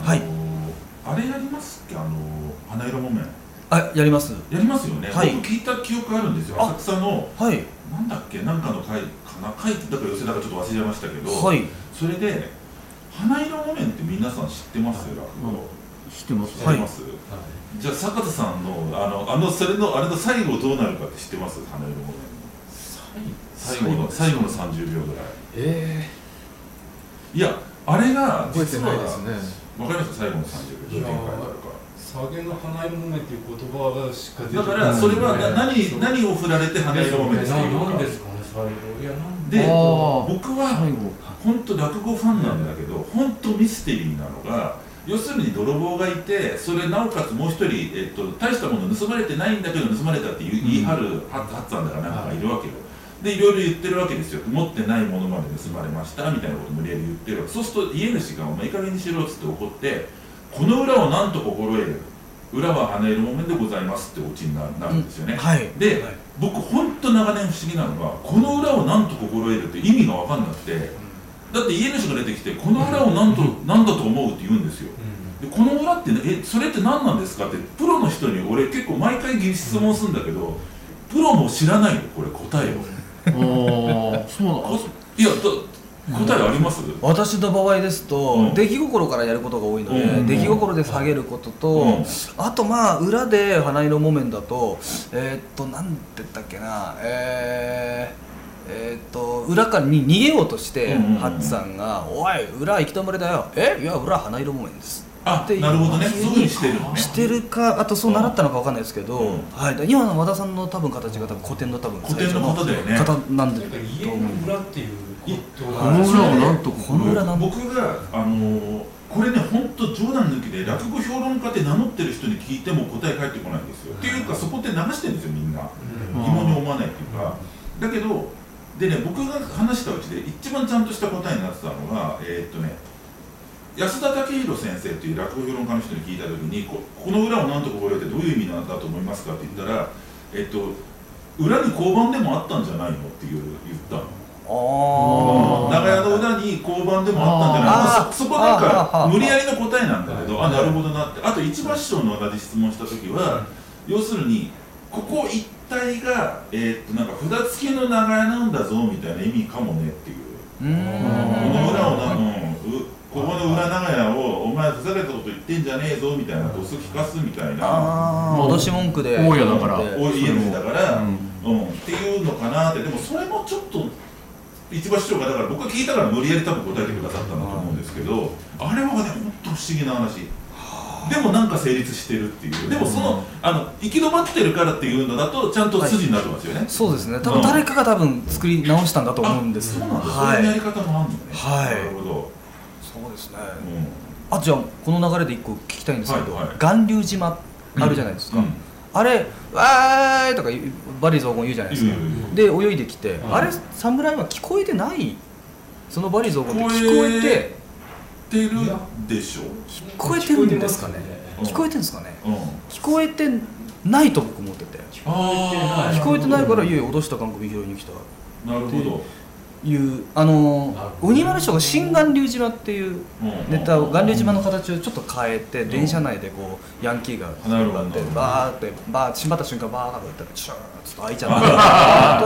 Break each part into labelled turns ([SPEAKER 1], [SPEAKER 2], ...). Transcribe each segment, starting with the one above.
[SPEAKER 1] はい
[SPEAKER 2] あれやりますっけあの花色木綿
[SPEAKER 1] あやります
[SPEAKER 2] やりますよね、
[SPEAKER 1] はい
[SPEAKER 2] 僕聞いた記憶あるんですよ
[SPEAKER 1] あ
[SPEAKER 2] 浅草の
[SPEAKER 1] はい
[SPEAKER 2] なんだっけなんかの会かな会だから寄せだからちょっと忘れちゃいましたけど、
[SPEAKER 1] はい
[SPEAKER 2] それで花色木綿って皆さん知ってますよ落語
[SPEAKER 3] 知ってます
[SPEAKER 2] 知ってます、じゃあ坂田さんのあのあのそれのあれの最後どうなるかって知ってます花色木綿の最後の最後の30秒ぐらい
[SPEAKER 4] え
[SPEAKER 2] いやあれが
[SPEAKER 4] ー、覚えて
[SPEAKER 2] 実
[SPEAKER 4] ないです
[SPEAKER 2] は
[SPEAKER 4] ね
[SPEAKER 2] わかりました最後の30秒どういう展開になるか
[SPEAKER 5] 下げの花色木綿っていう言葉がしか出て
[SPEAKER 2] だ
[SPEAKER 5] こ
[SPEAKER 2] か
[SPEAKER 5] ない
[SPEAKER 2] らそれはな
[SPEAKER 5] そう
[SPEAKER 2] 何何を振られて花色木綿っていう
[SPEAKER 5] な
[SPEAKER 2] の
[SPEAKER 5] なん
[SPEAKER 2] か
[SPEAKER 5] ですかね最後いやなん
[SPEAKER 2] で
[SPEAKER 3] あー
[SPEAKER 2] 僕は
[SPEAKER 3] 最後
[SPEAKER 2] 本当落語ファンなんだけど本当ミステリーなのが要するに泥棒がいてそれなおかつもう一人、えっと、大したもの盗まれてないんだけど盗まれたって言い,、言い張るハッハッさんだかなんかがいるわけよでいろいろ言ってるわけですよ持ってないものまで盗まれましたみたいなこと無理やり言ってるわけそうすると家主が「お前いい加減にしろ」っつって怒って「この裏をなんと心得る裏は花色木綿でございます」ってオチにななるんですよね、
[SPEAKER 1] はい
[SPEAKER 2] で
[SPEAKER 1] はい
[SPEAKER 2] 僕本当長年不思議なのはこの裏をなんと心得るって意味が分かんなくてだって家主が出てきてこの裏をなんとなんだと思うって言うんですよでこの裏って、ね、えそれって何なんですかってプロの人に俺結構毎回質問するんだけどプロも知らないよこれ答えを
[SPEAKER 3] ああそうなん
[SPEAKER 2] こいやだ答えあります、
[SPEAKER 1] 私の場合ですと、
[SPEAKER 2] うん
[SPEAKER 1] 出来心からやることが多いので、
[SPEAKER 2] うん
[SPEAKER 1] 出来心で下げることと、
[SPEAKER 2] うん
[SPEAKER 1] あとまあ裏で花色木綿だとえーっとなんて言ったっけなえーえーっと裏からに逃げようとして、
[SPEAKER 2] うんうんうん
[SPEAKER 1] ハッツさんが「おい裏行き止まりだよえいや裏花色木綿です」
[SPEAKER 2] あ
[SPEAKER 1] っていう
[SPEAKER 2] なるほどねそういうふうにしてるのね
[SPEAKER 1] してるかあとそう習ったのかわかんないですけど、
[SPEAKER 2] うん
[SPEAKER 1] はい、今の和田さんの多分形が多分古典の多分
[SPEAKER 2] 古典の方だよね
[SPEAKER 1] 方なんだ
[SPEAKER 5] なんか
[SPEAKER 1] と
[SPEAKER 5] 家
[SPEAKER 1] 思う
[SPEAKER 5] の裏っていうこと
[SPEAKER 3] こ
[SPEAKER 5] が
[SPEAKER 3] の裏をなんとこ
[SPEAKER 1] この裏なん
[SPEAKER 2] 僕が、あのーこれね本当冗談抜きで落語評論家って名乗ってる人に聞いても答え返ってこないんですよ、っていうかそこって流してるんですよみんな疑問に思わないっていうか、だけどでね僕が話したうちで一番ちゃんとした答えになってたのがえーっとね安田武弘先生っていう落語評論家の人に聞いた時にここの裏を何とかこれってどういう意味なんだと思いますかって言ったらえっと裏に交番でもあったんじゃないのっていう言ったの
[SPEAKER 1] あ
[SPEAKER 2] 長屋の裏に交番でもあったんじゃない
[SPEAKER 1] あー
[SPEAKER 2] かそそこなん
[SPEAKER 1] あー
[SPEAKER 2] か
[SPEAKER 1] あー
[SPEAKER 2] 無理やりの答えなんだけどあなるほどなってあと一番師匠の同じ質問した時は要するにここ一帯が、えーっとなんか札付きの長屋なんだぞみたいな意味かもねっていう
[SPEAKER 1] ーうーん
[SPEAKER 2] この裏をなうんうここの裏長屋をお前ふざけたこと言ってんじゃねえぞみたいなドス聞かすみたいな
[SPEAKER 1] ああ
[SPEAKER 3] もう
[SPEAKER 1] 脅し文句で
[SPEAKER 3] 大家だから
[SPEAKER 1] で
[SPEAKER 2] お家主だから、
[SPEAKER 3] うん
[SPEAKER 2] うん、っていうのかなってでもそれもちょっと一番師匠がだから僕が聞いたから無理やり多分答えてくださったんだと思うんですけどあれはね本当不思議な話でもなんか成立してるっていうでもそのあの行き止まってるからっていうのだとちゃんと筋になってますよね、
[SPEAKER 1] そうですね多分誰かが多分作り直したんだと思うんです
[SPEAKER 2] そうなんだ、
[SPEAKER 1] は
[SPEAKER 2] そういうや
[SPEAKER 1] い
[SPEAKER 2] り方もあるのね
[SPEAKER 1] はい
[SPEAKER 2] なるほど、
[SPEAKER 1] そうですね
[SPEAKER 2] うん
[SPEAKER 1] あじゃあこの流れで一個聞きたいんですけど
[SPEAKER 2] はいはい
[SPEAKER 1] 巌流島あるじゃないですか
[SPEAKER 2] うん
[SPEAKER 1] あれ「わーい!」とか言うバリ雑言言うじゃないです
[SPEAKER 2] い
[SPEAKER 1] か
[SPEAKER 2] いよいいよ
[SPEAKER 1] で泳いできて
[SPEAKER 5] うん
[SPEAKER 1] あれ侍は聞こえてないそのバリ雑言って聞こえて
[SPEAKER 2] 言ってるでしょ、
[SPEAKER 1] 聞こえてるんですかね
[SPEAKER 2] うん
[SPEAKER 1] 聞こえてるんですかね
[SPEAKER 2] うん、
[SPEAKER 1] 聞こえてないと僕思ってて
[SPEAKER 2] あ
[SPEAKER 1] 聞こえてないから「いやいや脅した番組拾いに来た」
[SPEAKER 2] あなるほど
[SPEAKER 1] いうあの
[SPEAKER 5] なる
[SPEAKER 1] ー
[SPEAKER 5] ほど
[SPEAKER 1] 鬼丸師匠が「新巌流島」っていう
[SPEAKER 2] うん
[SPEAKER 1] ネタを巌流島
[SPEAKER 2] の
[SPEAKER 1] の形をちょっと変えて
[SPEAKER 2] ん
[SPEAKER 1] 電車内でこうヤンキーが
[SPEAKER 2] なるほど
[SPEAKER 1] って
[SPEAKER 2] なるほど
[SPEAKER 1] バーってバー閉まった瞬間バーッとやったらチューッつって開いちゃってそした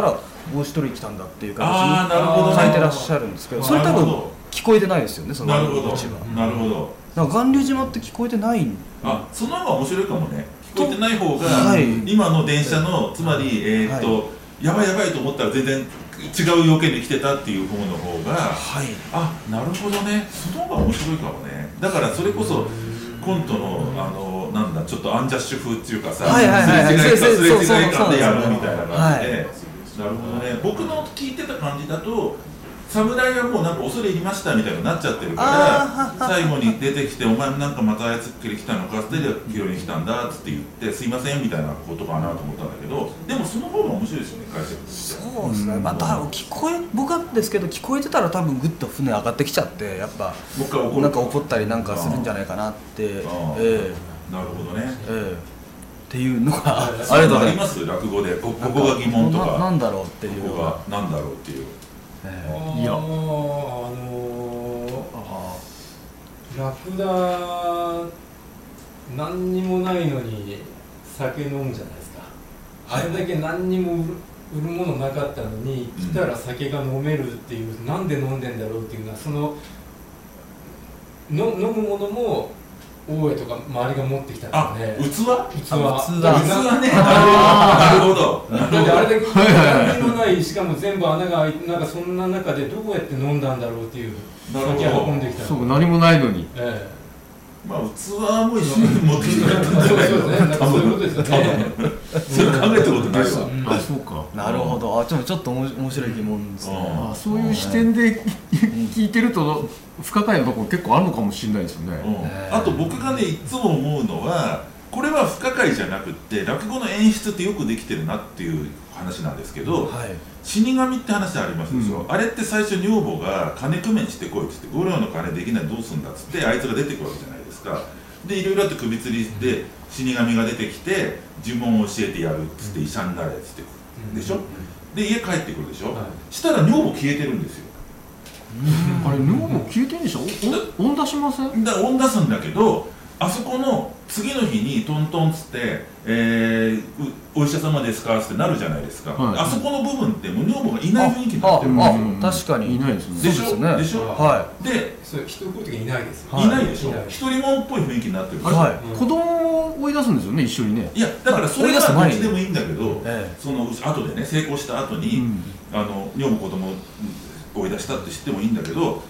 [SPEAKER 1] ら帽子取りに来たんだっていう
[SPEAKER 2] あーなるほ
[SPEAKER 1] 形
[SPEAKER 2] ど
[SPEAKER 1] に変えてらっしゃるんですけどそれ多
[SPEAKER 2] なる
[SPEAKER 1] 分
[SPEAKER 2] ほど
[SPEAKER 1] 聞こえてないですよねその
[SPEAKER 2] なるほど
[SPEAKER 1] 口は
[SPEAKER 2] なるほど
[SPEAKER 1] だから巌流島って聞こえてないん
[SPEAKER 2] あその方が面白いかもね聞こえてない方が、
[SPEAKER 1] はい
[SPEAKER 2] 今の電車のつまりえーっと、やばいやばいと思ったら全然違う要件で来てたっていう方の方が
[SPEAKER 1] はい
[SPEAKER 2] あなるほどねその方が面白いかもねだからそれこそコントのあのなんだちょっとアンジャッシュ風っていうかさ
[SPEAKER 1] はいはいはいはい
[SPEAKER 2] すれ違いかすれ
[SPEAKER 1] そうそうそう
[SPEAKER 2] 違い感でやるみたいな感じで、なるほど
[SPEAKER 1] は
[SPEAKER 2] ね僕の聞いてた感じだと侍はもうなんか恐れ入りましたみたいになっちゃってる
[SPEAKER 1] あ
[SPEAKER 2] から最後に出てきて「お前なんかまたあやつっきり来たのか」って「拾いに来たんだ」っつって言って「すいません」みたいなことかなと思ったんだけどでもその方が面白いですよね解釈として。
[SPEAKER 1] そうですねまあ多分聞こえ僕はですけど聞こえてたら多分グッと船上がってきちゃってやっぱ
[SPEAKER 2] もう一回怒る
[SPEAKER 1] なんか怒ったりなんかするんじゃないかなってえ
[SPEAKER 2] あー
[SPEAKER 1] え
[SPEAKER 2] なるほどね
[SPEAKER 1] ええっていうのがあり
[SPEAKER 2] あ
[SPEAKER 1] がと
[SPEAKER 2] あ
[SPEAKER 1] うござい
[SPEAKER 2] り
[SPEAKER 1] ま
[SPEAKER 2] ます落語でこ
[SPEAKER 1] す
[SPEAKER 2] ここが疑問と
[SPEAKER 1] なな
[SPEAKER 2] か
[SPEAKER 1] んだろうっていう
[SPEAKER 2] ここがなんだろうっていう
[SPEAKER 1] ええ
[SPEAKER 5] あー
[SPEAKER 3] いや
[SPEAKER 5] あのー
[SPEAKER 3] あ
[SPEAKER 5] ラクダ何にもないのに酒飲むじゃないですか、
[SPEAKER 1] はい
[SPEAKER 5] あれだけ何にも売る売るものなかったのに来たら酒が飲めるっていう、なんで飲んでんだろうっていうのはそのの飲むものも大江とか周りが持ってきた
[SPEAKER 2] あ
[SPEAKER 5] んですよね
[SPEAKER 2] 器器
[SPEAKER 5] 器
[SPEAKER 1] あ器
[SPEAKER 2] ねなるほど なる
[SPEAKER 5] だ
[SPEAKER 2] ほ
[SPEAKER 5] って
[SPEAKER 2] ど
[SPEAKER 5] あれだけ何にもないしかも全部穴が開いてなんかそんな中でどうやって飲んだんだろうっていう
[SPEAKER 2] なるほど
[SPEAKER 5] 酒運んできたの
[SPEAKER 3] そう何もないのに
[SPEAKER 5] ええ
[SPEAKER 2] まあ器も一緒に持ってきてくれたんじ
[SPEAKER 5] そ
[SPEAKER 2] ゃな
[SPEAKER 5] う
[SPEAKER 2] い
[SPEAKER 5] です
[SPEAKER 2] の
[SPEAKER 5] よね。なんかそういうことですよね。
[SPEAKER 2] それ考えたことないわ
[SPEAKER 5] うん
[SPEAKER 3] あそうか
[SPEAKER 1] なるほどあでもちょっとおもし面白い疑問ですね
[SPEAKER 3] あそういう視点で聞いてると不可解なところ結構あるのかもしれないですよね
[SPEAKER 1] ね
[SPEAKER 2] あと僕がねいつも思うのはこれは不可解じゃなくって落語の演出ってよくできてるなっていう話なんですけど、
[SPEAKER 1] はい
[SPEAKER 2] 死神って話ありますでしょ、
[SPEAKER 3] う
[SPEAKER 2] あれって最初女房が金工面してこいっつって五両の金できないどうすんだっつってあいつが出てくるわけじゃないですかでいろいろあって首吊りで死神が出てきて呪文を教えてやるっつって医者になれっつってでしょで家帰ってくるでしょ、
[SPEAKER 5] は
[SPEAKER 2] したら女房消えてるんですよ
[SPEAKER 3] あれ女房消えてんでしょおお音出しませんあ
[SPEAKER 2] だ音出すんだけどあそこの次の日にトントンっつって、えーうお医者様ですか?」ってなるじゃないですか、
[SPEAKER 3] はい
[SPEAKER 2] あそこの部分ってもう女房がいない雰囲気になってる
[SPEAKER 1] あ確かに
[SPEAKER 3] いないですね
[SPEAKER 2] でし
[SPEAKER 1] そうです
[SPEAKER 2] ょ
[SPEAKER 1] ね
[SPEAKER 2] でしょ、
[SPEAKER 5] は
[SPEAKER 1] は
[SPEAKER 2] で
[SPEAKER 5] そう人来る時いないですよ。
[SPEAKER 1] はい
[SPEAKER 2] いないでしょ
[SPEAKER 5] いない
[SPEAKER 2] 一人もんっぽい雰囲気になってるでしょ
[SPEAKER 1] はい
[SPEAKER 5] うん
[SPEAKER 3] 子供を追い出すんですよね一緒にね
[SPEAKER 2] いやだからそれ
[SPEAKER 1] まあ追い出す
[SPEAKER 2] は
[SPEAKER 1] 前
[SPEAKER 2] どっ
[SPEAKER 1] に
[SPEAKER 2] ちでもいいんだけど、
[SPEAKER 1] え
[SPEAKER 2] その後でね成功した後に、
[SPEAKER 3] うん
[SPEAKER 2] あの女房子供を追い出したって知ってもいいんだけど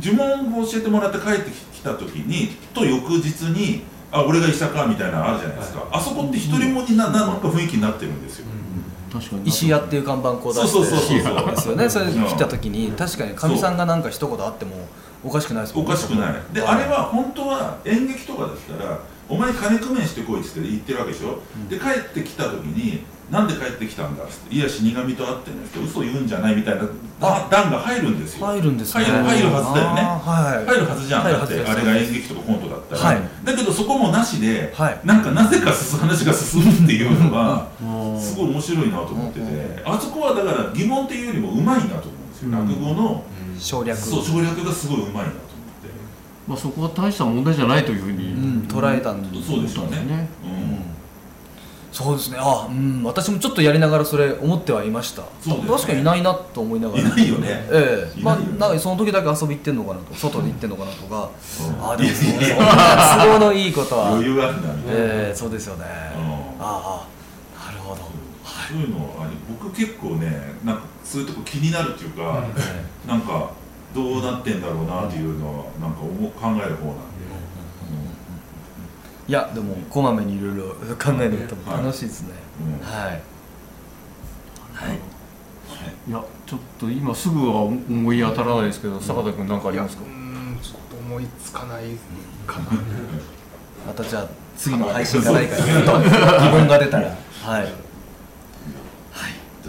[SPEAKER 2] 呪文を教えてもらって帰ってきた時にと翌日に「あ俺が医者か」みたいなのあるじゃないですか、あそこって独り者にななんか雰囲気になってるんですよ、
[SPEAKER 3] 確かに
[SPEAKER 1] 石屋っていう看板こう出して
[SPEAKER 2] そうそうそうそう
[SPEAKER 1] ですよねそれ
[SPEAKER 2] うん
[SPEAKER 1] 来た時に確かにかみさんがなんか一言あってもおかしくないですも
[SPEAKER 2] お
[SPEAKER 1] んね
[SPEAKER 2] かしくないで、
[SPEAKER 1] はい
[SPEAKER 2] あれは本当は演劇とかだったら「お前金工面してこい」っつって言ってるわけでしょ、で帰ってきた時に「なんで帰ってきたんだ」っつって「いや死神と会ってんの人嘘言うんじゃない」みたいなだ段が入るんですよ
[SPEAKER 1] 入るんですね
[SPEAKER 2] 入る入るはずだよね
[SPEAKER 1] あーはい
[SPEAKER 2] 入るはずじゃん、
[SPEAKER 1] 入
[SPEAKER 2] だ
[SPEAKER 1] るは
[SPEAKER 2] っ
[SPEAKER 1] ずで
[SPEAKER 2] て
[SPEAKER 1] す
[SPEAKER 2] あれが演劇とかコントだったら、
[SPEAKER 1] はい
[SPEAKER 2] だけどそこもなしで、
[SPEAKER 1] はい
[SPEAKER 2] なんかなぜか進む話が進むっていうのが
[SPEAKER 3] あ
[SPEAKER 2] す
[SPEAKER 3] す
[SPEAKER 2] ごい面白いなと思ってて、あそこはだから疑問っていうよりもうまいなと思うんですよ、
[SPEAKER 3] うん
[SPEAKER 2] 落語の
[SPEAKER 1] 省略
[SPEAKER 2] そう省略がすごいうまいなと思って、
[SPEAKER 3] まあそこは大した問題じゃないというふうに
[SPEAKER 1] うん捉えたんで
[SPEAKER 2] そうでしょうね
[SPEAKER 3] そ
[SPEAKER 2] うん
[SPEAKER 1] そう
[SPEAKER 3] うですね
[SPEAKER 1] ですねあうん私もちょっとやりながらそれ思ってはいました
[SPEAKER 2] そうですね
[SPEAKER 1] 確かにいないなと思いながら
[SPEAKER 2] いないよね
[SPEAKER 1] ええ
[SPEAKER 2] い
[SPEAKER 1] ま
[SPEAKER 2] な
[SPEAKER 1] あ
[SPEAKER 2] いよね
[SPEAKER 1] なんかその時だけ遊び行ってんのかなと外で行ってんのかなとか
[SPEAKER 2] うん
[SPEAKER 1] ああでもそう
[SPEAKER 2] いやいや
[SPEAKER 1] 都合のいいことは
[SPEAKER 2] 余裕あるなみたいな、
[SPEAKER 1] ええそうですよね
[SPEAKER 2] うん
[SPEAKER 1] ああなるほど
[SPEAKER 2] そういうのはあれ僕結構ねなんかそういうとこ気になるっていうか、
[SPEAKER 5] うん
[SPEAKER 2] なんかどうなってんだろうなっていうのはなんか思う考える方なんで、
[SPEAKER 1] いやでもこまめにいろいろ考えると楽しいですね
[SPEAKER 2] うんうん
[SPEAKER 1] はいはい
[SPEAKER 3] いやちょっと今すぐは思い当たらないですけど坂田君何かありますか
[SPEAKER 4] うんちょっと思いつかないかな
[SPEAKER 1] またじゃあ次の配信がないかちょっと疑問が出たらはい
[SPEAKER 2] じゃ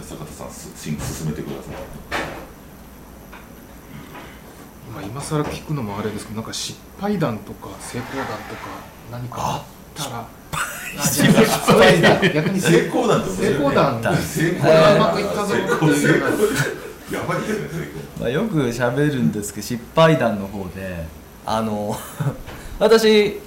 [SPEAKER 2] あ坂田さんす進進めてください
[SPEAKER 4] 今今更聞くのもあれですけどなんか失敗談とか成功談とか何かあったらあじゃあ失敗談逆に
[SPEAKER 2] 成
[SPEAKER 4] 成功
[SPEAKER 2] 功なんて面白い
[SPEAKER 1] 成
[SPEAKER 4] 成功談
[SPEAKER 1] 功
[SPEAKER 2] 成功
[SPEAKER 1] 談
[SPEAKER 4] これはうまくいったぞ
[SPEAKER 2] 成功成功やばいですね成功
[SPEAKER 1] まあ、よく喋るんですけど失敗談の方であの 私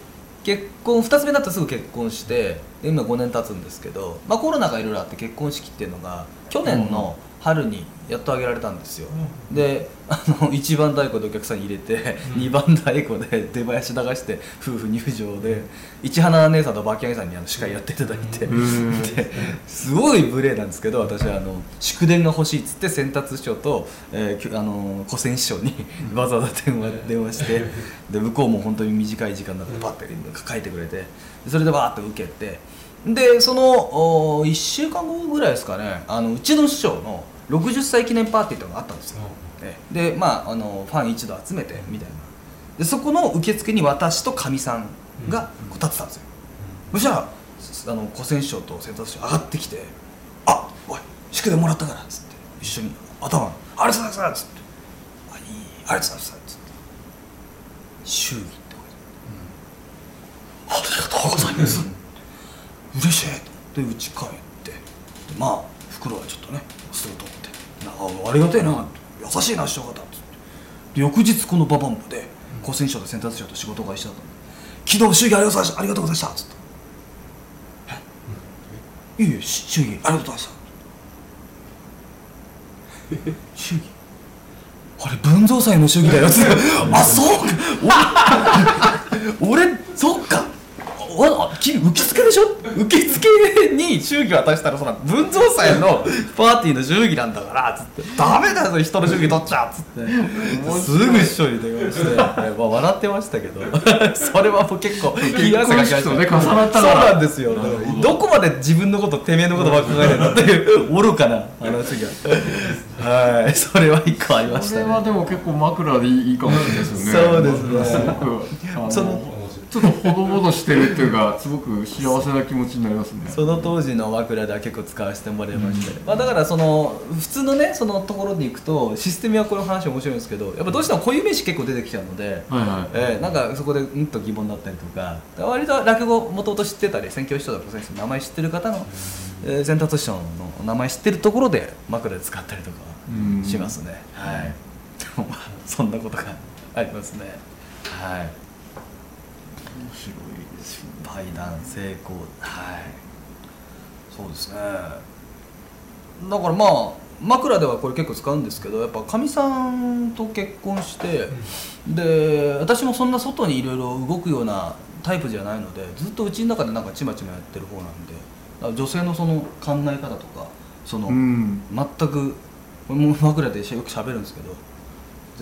[SPEAKER 1] 結婚2つ目になってすぐ結婚してで今5年経つんですけど、まあ、コロナがいろいろあって結婚式っていうのが去年の春にやっと挙げられたんですよ、であの1番太鼓でお客さん入れて、
[SPEAKER 5] うん
[SPEAKER 1] 2番太鼓で出囃子流して夫婦入場で市花姉さんとバキア姉さんにあの司会やっていただいて、
[SPEAKER 3] うん
[SPEAKER 1] ですごい無礼なんですけど私はあの祝電が欲しいっつって先達師匠と、えーきゅあの古仙師匠にわざわざ電話電話してで向こうも本当に短い時間だってバッて書いてくれてでそれでバーって受けてでその1週間後ぐらいですかねあのうちの師匠の60歳記念パーティーとかがあったんですよええでまああのファン一度集めてみたいなでそこの受付に私とかみさんがこう立ってたんですよ、そしたらすあの古戦師匠と先達師匠上がってきて「あおい宿題もらったから」っつって一緒に頭「ありがとうございます」っつって「あいいありがとうございます」っつって「祝儀」って書いてあるありがとうございます」嬉しいと思って家帰ってでまあ袋はちょっとねすぐ取ってなあありがたいな優しいな師匠方っつってで翌日このババンプで高専賞と選択賞と仕事が一緒だったんで昨日祝儀ありがとうございましたありがとうございましたっつってえいえいえし祝儀ありがとうございました祝儀あれ文蔵祭の祝儀だよ っつってあそうかお俺 そっかわあ君受付でしょ受付に祝儀渡したらそら文蔵祭のパーティーの祝儀なんだからつってダメだよ人の祝儀取っちゃっつってすぐ師匠に電話して、まあ、笑ってましたけど それはもう結構冷や汗かきました
[SPEAKER 3] 結婚式とね重なった
[SPEAKER 1] そう
[SPEAKER 3] から
[SPEAKER 1] なんですよどこまで自分のことてめえのことばっか考えてんだっていう愚かな話がはいそれは一個ありまし
[SPEAKER 3] そ
[SPEAKER 1] た
[SPEAKER 3] れは
[SPEAKER 1] ね
[SPEAKER 3] でも結構枕でいいかもしれないですよね。
[SPEAKER 1] そうですね
[SPEAKER 3] すごくあの
[SPEAKER 1] その
[SPEAKER 3] ちょっとほどほどしてるっていうか、すごく幸せな気持ちになりますね。
[SPEAKER 1] その当時の枕では結構使わせてもらいましたね、まあ、だからその普通のねそのところに行くとシステムはこの話面白いんですけどやっぱどうしても固有名詞結構出てきちゃうので、
[SPEAKER 3] はいはい。
[SPEAKER 1] えーなんかそこでうんと疑問だったりとか割と落語もともと知ってたり選挙師匠とか選手の名前知ってる方の、えー、先達師匠の名前知ってるところで枕で使ったりとか
[SPEAKER 3] うん
[SPEAKER 1] しますね、はいでもまあそんなことがありますねはい
[SPEAKER 3] 面白いですね。
[SPEAKER 1] 対談成功はいそうですねだからまあ枕ではこれ結構使うんですけどやっぱかみさんと結婚して、で私もそんな外にいろいろ動くようなタイプじゃないのでずっとうちの中でなんかちまちまやってる方なんでだから女性のその考え方とかその、
[SPEAKER 3] うん。
[SPEAKER 1] 全く俺も枕でよく喋るんですけど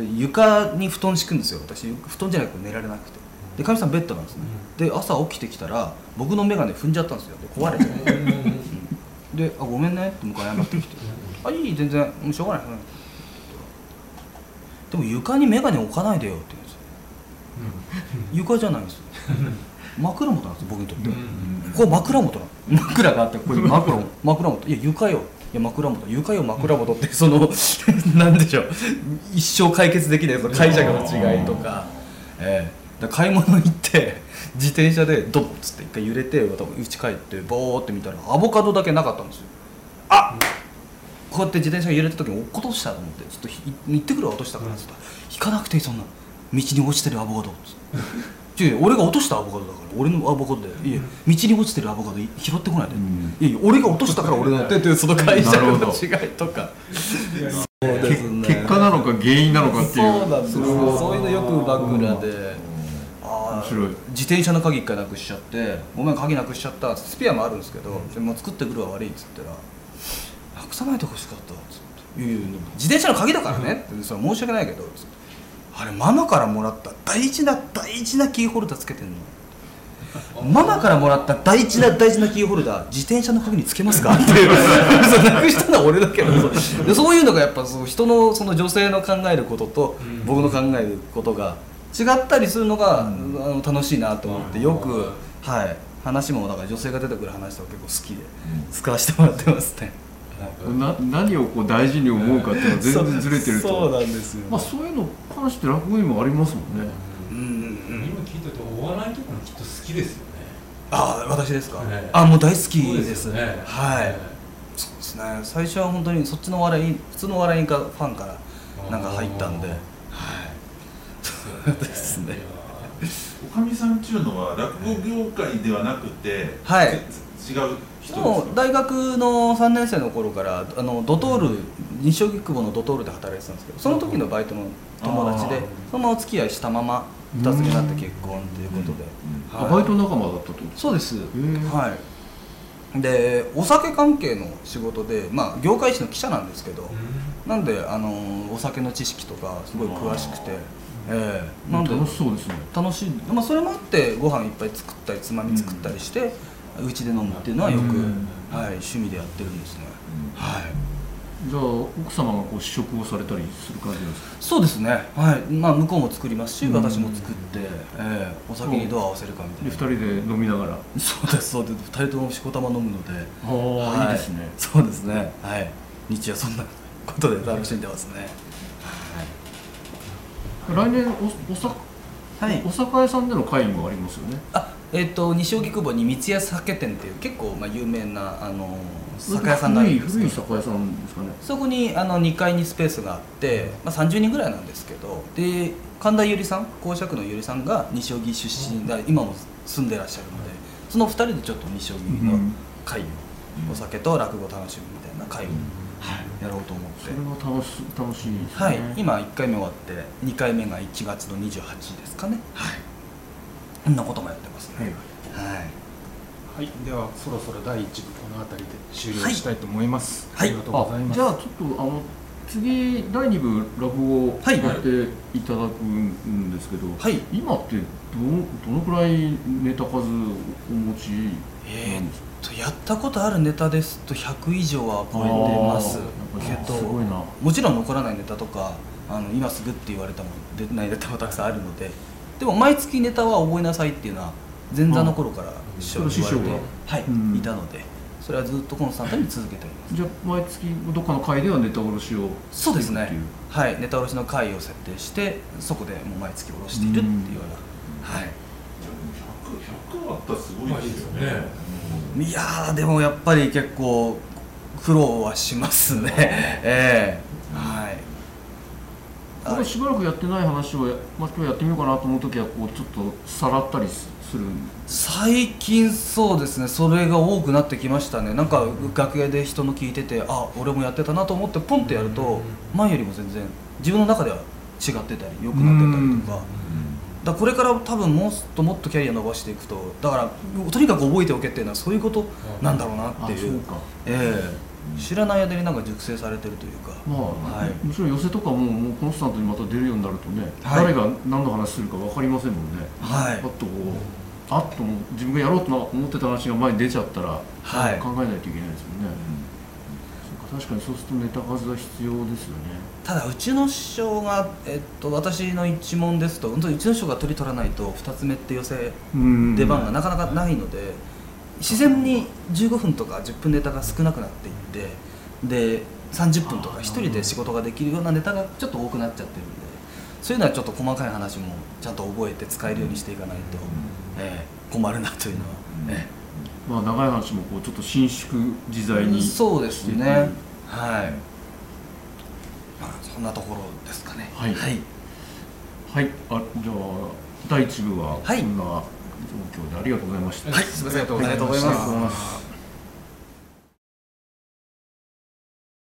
[SPEAKER 1] で床に布団敷くんですよ私布団じゃなくて寝られなくてでかみさんベッドなんですね、で朝起きてきたら僕の眼鏡踏んじゃったんですよで壊れてで「あごめんね」って向こう謝って きて「あいい全然もうしょうがない」うんでも床に眼鏡置かないでよ」って言うんですよ床じゃないん ですよ枕元なんですよ僕にとっては、ここ枕元なの枕があってこれ枕元枕元いや床よいや枕元床よ枕元ってその なんでしょう一生解決できないその解釈の違いとか,、ええだから買い物行って自転車でドンっつって一回揺れてまた家帰ってボーって見たらアボカドだけなかったんですよこうやって自転車が揺れた時に落っことしたと思ってちょっとひ行ってくるわ落としたからっつったら「引かなくていいそんなの道に落ちてるアボカド」っつって「違う違う俺が落としたアボカドだから俺のアボカドでいや道に落ちてるアボカドい拾ってこないで」いやいや俺が落としたから俺だって」っていうその会社の
[SPEAKER 3] なるほ
[SPEAKER 1] 違いとかそうで
[SPEAKER 3] け
[SPEAKER 1] すね
[SPEAKER 3] 結果なのか原因なのかっていう。
[SPEAKER 1] そうなんですよそういうのよく枕であ
[SPEAKER 3] 面
[SPEAKER 1] ー
[SPEAKER 3] 白い
[SPEAKER 1] 自転車の鍵一回なくしちゃって「ごめん鍵なくしちゃった」スペアもあるんですけど「でもう作ってくるわ悪い」っつったら「なくさないでほしかった」っつって「いやいやでも自転車の鍵だからね」って「それ申し訳ないけど」つってあれママからもらった大事な大事なキーホルダーつけてんの」 ママからもらった大事な大事なキーホルダー自転車の鍵につけますかっていうそうなくしたのは俺だけどそうでそういうのがやっぱそう人のその女性の考えることと
[SPEAKER 5] うん
[SPEAKER 1] 僕の考えることが違ったりするのが、あの楽しいなと思ってよく、
[SPEAKER 5] うん
[SPEAKER 1] はい、話もだから女性が出てくる話とか結構好きで使わせてもらってますね。
[SPEAKER 3] な何をこう大事に思うかっていうのは全然ずれてると。
[SPEAKER 1] そうそうなんですよ、
[SPEAKER 3] まあそういうの話って落語にもありますもんね。
[SPEAKER 1] うんうんうん、
[SPEAKER 5] 今聞いたとお笑いとかもきっと好きですよね
[SPEAKER 1] ああ私ですか、
[SPEAKER 5] ね
[SPEAKER 1] あもう大好き
[SPEAKER 5] そう
[SPEAKER 1] です
[SPEAKER 5] よね
[SPEAKER 1] はい、そうですね最初は本当にそっちの笑い普通の笑いがファンからなんか入ったんで
[SPEAKER 5] あ
[SPEAKER 1] はいそうですね
[SPEAKER 2] おかみさんっちゅうのは落語業界ではなくて、
[SPEAKER 1] はい
[SPEAKER 2] ぜ違う人ですか
[SPEAKER 1] もう大学の3年生の頃からあのドトール西荻窪のドトールで働いてたんですけどその時のバイトの友達で
[SPEAKER 2] あー
[SPEAKER 1] そのままお付き合いしたまま2つになって結婚ということで、
[SPEAKER 2] う
[SPEAKER 1] はい
[SPEAKER 3] バイト仲間だったってことです
[SPEAKER 1] そうです
[SPEAKER 3] ー
[SPEAKER 1] はいでお酒関係の仕事で、まあ、業界誌の記者なんですけど、なんであのお酒の知識とかすごい詳しくて、ええなんで
[SPEAKER 3] 楽しそうですね。
[SPEAKER 1] 楽しい、まあ、それもあってご飯いっぱい作ったりつまみ作ったりしてうち、で飲むっていうのはよく、
[SPEAKER 3] うん
[SPEAKER 1] はい、趣味でやってるんですね、
[SPEAKER 2] ん
[SPEAKER 1] はい
[SPEAKER 3] じゃあ奥様がこう試食をされたりする感じなんですか。
[SPEAKER 1] そうですね、はいまあ、向こうも作りますし
[SPEAKER 3] うん
[SPEAKER 1] 私も作って、ええお酒にどう合わせるかみたい
[SPEAKER 3] で
[SPEAKER 1] な
[SPEAKER 3] 二人で飲みながら。
[SPEAKER 1] そうですそうです2人ともしこたま飲むので
[SPEAKER 3] あ
[SPEAKER 1] はい
[SPEAKER 3] いですね。
[SPEAKER 1] そうですねはい日夜そんなことで楽しんでますね
[SPEAKER 3] 来年おおさ
[SPEAKER 1] はい
[SPEAKER 3] お酒屋さんでの会もありますよね。
[SPEAKER 1] あえっと西荻窪に三ツ矢酒店っていう結構まあ有名なあの酒屋さんがあるんですけ
[SPEAKER 3] 古い
[SPEAKER 1] ど
[SPEAKER 3] 酒屋さんですかね
[SPEAKER 1] そこにあの2階にスペースがあって、まあ、30人ぐらいなんですけどで神田ゆりさん公爵のゆりさんが西荻出身だ今も住んでらっしゃるのでその2人でちょっと西荻の会を、お酒と落語楽しむみたいな会を、はい、やろうと思っ
[SPEAKER 3] そ
[SPEAKER 1] て
[SPEAKER 3] れ。は楽し楽しいですね
[SPEAKER 1] はい、今1回目終わって2回目が1月の28ですかねはいこんなこともやってますねはい
[SPEAKER 4] はい、ではそろそろ第一部この辺りで終了したいと思います。
[SPEAKER 1] はい
[SPEAKER 4] ありがとうござい
[SPEAKER 3] あ
[SPEAKER 4] ます。
[SPEAKER 3] じゃあちょっとあの次第2部落語を
[SPEAKER 1] は
[SPEAKER 3] や
[SPEAKER 1] い
[SPEAKER 3] っていただくんですけど、
[SPEAKER 1] はい、
[SPEAKER 3] 今ってどどのくらいネタ数お持ち
[SPEAKER 1] え
[SPEAKER 3] な
[SPEAKER 1] ーっ
[SPEAKER 3] んですか、
[SPEAKER 1] とやったことあるネタですと100以上は超えてます
[SPEAKER 3] あーやっぱ
[SPEAKER 1] け
[SPEAKER 3] すごいな
[SPEAKER 1] どもちろん残らないネタとかあの今すぐって言われたも出ないネタもたくさんあるのででも毎月ネタは覚えなさいっていうのは前座の頃から師匠に言われ
[SPEAKER 3] うん
[SPEAKER 1] て、はい
[SPEAKER 3] うん
[SPEAKER 1] いたのでそれはずっとコンスタントに続けております
[SPEAKER 3] じゃあ毎月どっかの会ではネタ卸しを
[SPEAKER 1] そうです
[SPEAKER 3] してい
[SPEAKER 1] ね
[SPEAKER 3] るっ
[SPEAKER 1] はいネタ卸しの会を設定してそこでもう毎月卸しているっていうようなはい
[SPEAKER 2] 100 100あったらすごいですよね,、
[SPEAKER 5] まあいいで
[SPEAKER 1] いやーでもやっぱり結構苦労はしますね ええはい
[SPEAKER 3] ていうこれしばらくやってない話をやまあ、今日やってみようかなと思う時はこうちょっとさらったりすする
[SPEAKER 1] 最近そうですねそれが多くなってきましたねなんか楽屋で人の聞いててあ俺もやってたなと思ってポンってやると前よりも全然自分の中では違ってたり良くなってたりとかだからこれから多分もっともっとキャリア伸ばしていくとだからとにかく覚えておけっていうのはそういうことなんだろうなっ
[SPEAKER 3] あ
[SPEAKER 1] て
[SPEAKER 3] そ
[SPEAKER 1] いうう
[SPEAKER 3] か
[SPEAKER 1] ええ知らない間になんか熟成されてるというか
[SPEAKER 3] まあ、
[SPEAKER 1] はい
[SPEAKER 3] むしろ寄せとかももうコンスタントにまた出るようになるとね、
[SPEAKER 1] はい
[SPEAKER 3] 誰が何の話するか分かりませんもんね、
[SPEAKER 1] は
[SPEAKER 3] パッ
[SPEAKER 1] い
[SPEAKER 3] とこうあっとも自分がやろうと思ってた話が前に出ちゃったら、
[SPEAKER 1] はい
[SPEAKER 3] 考えないといけないですもんね、そうか確かにそうするとネタ数は必要ですよね
[SPEAKER 1] ただうちの師匠が、えっと、私の一問ですと本当にうちの師匠が取り取らないと2つ目って寄せ
[SPEAKER 3] うん
[SPEAKER 1] 出番がなかなかないので自然に15分とか10分ネタが少なくなっていってで30分とか1人で仕事ができるようなネタがちょっと多くなっちゃってるんでそういうのはちょっと細かい話もちゃんと覚えて使えるようにしていかないと、ええ困るなというのは、え
[SPEAKER 3] まあ、長い話もこうちょっと伸縮自在
[SPEAKER 1] え
[SPEAKER 3] に
[SPEAKER 1] そうです
[SPEAKER 3] していく
[SPEAKER 1] ねはい、まあ、そんなところですかね
[SPEAKER 3] はい
[SPEAKER 1] はい
[SPEAKER 3] はいあじゃあ第1部は
[SPEAKER 1] はい
[SPEAKER 3] こんな状況でありがとうございました、
[SPEAKER 1] はいすみませんありがとうござい
[SPEAKER 3] ありがとうござい
[SPEAKER 1] ま
[SPEAKER 3] ますす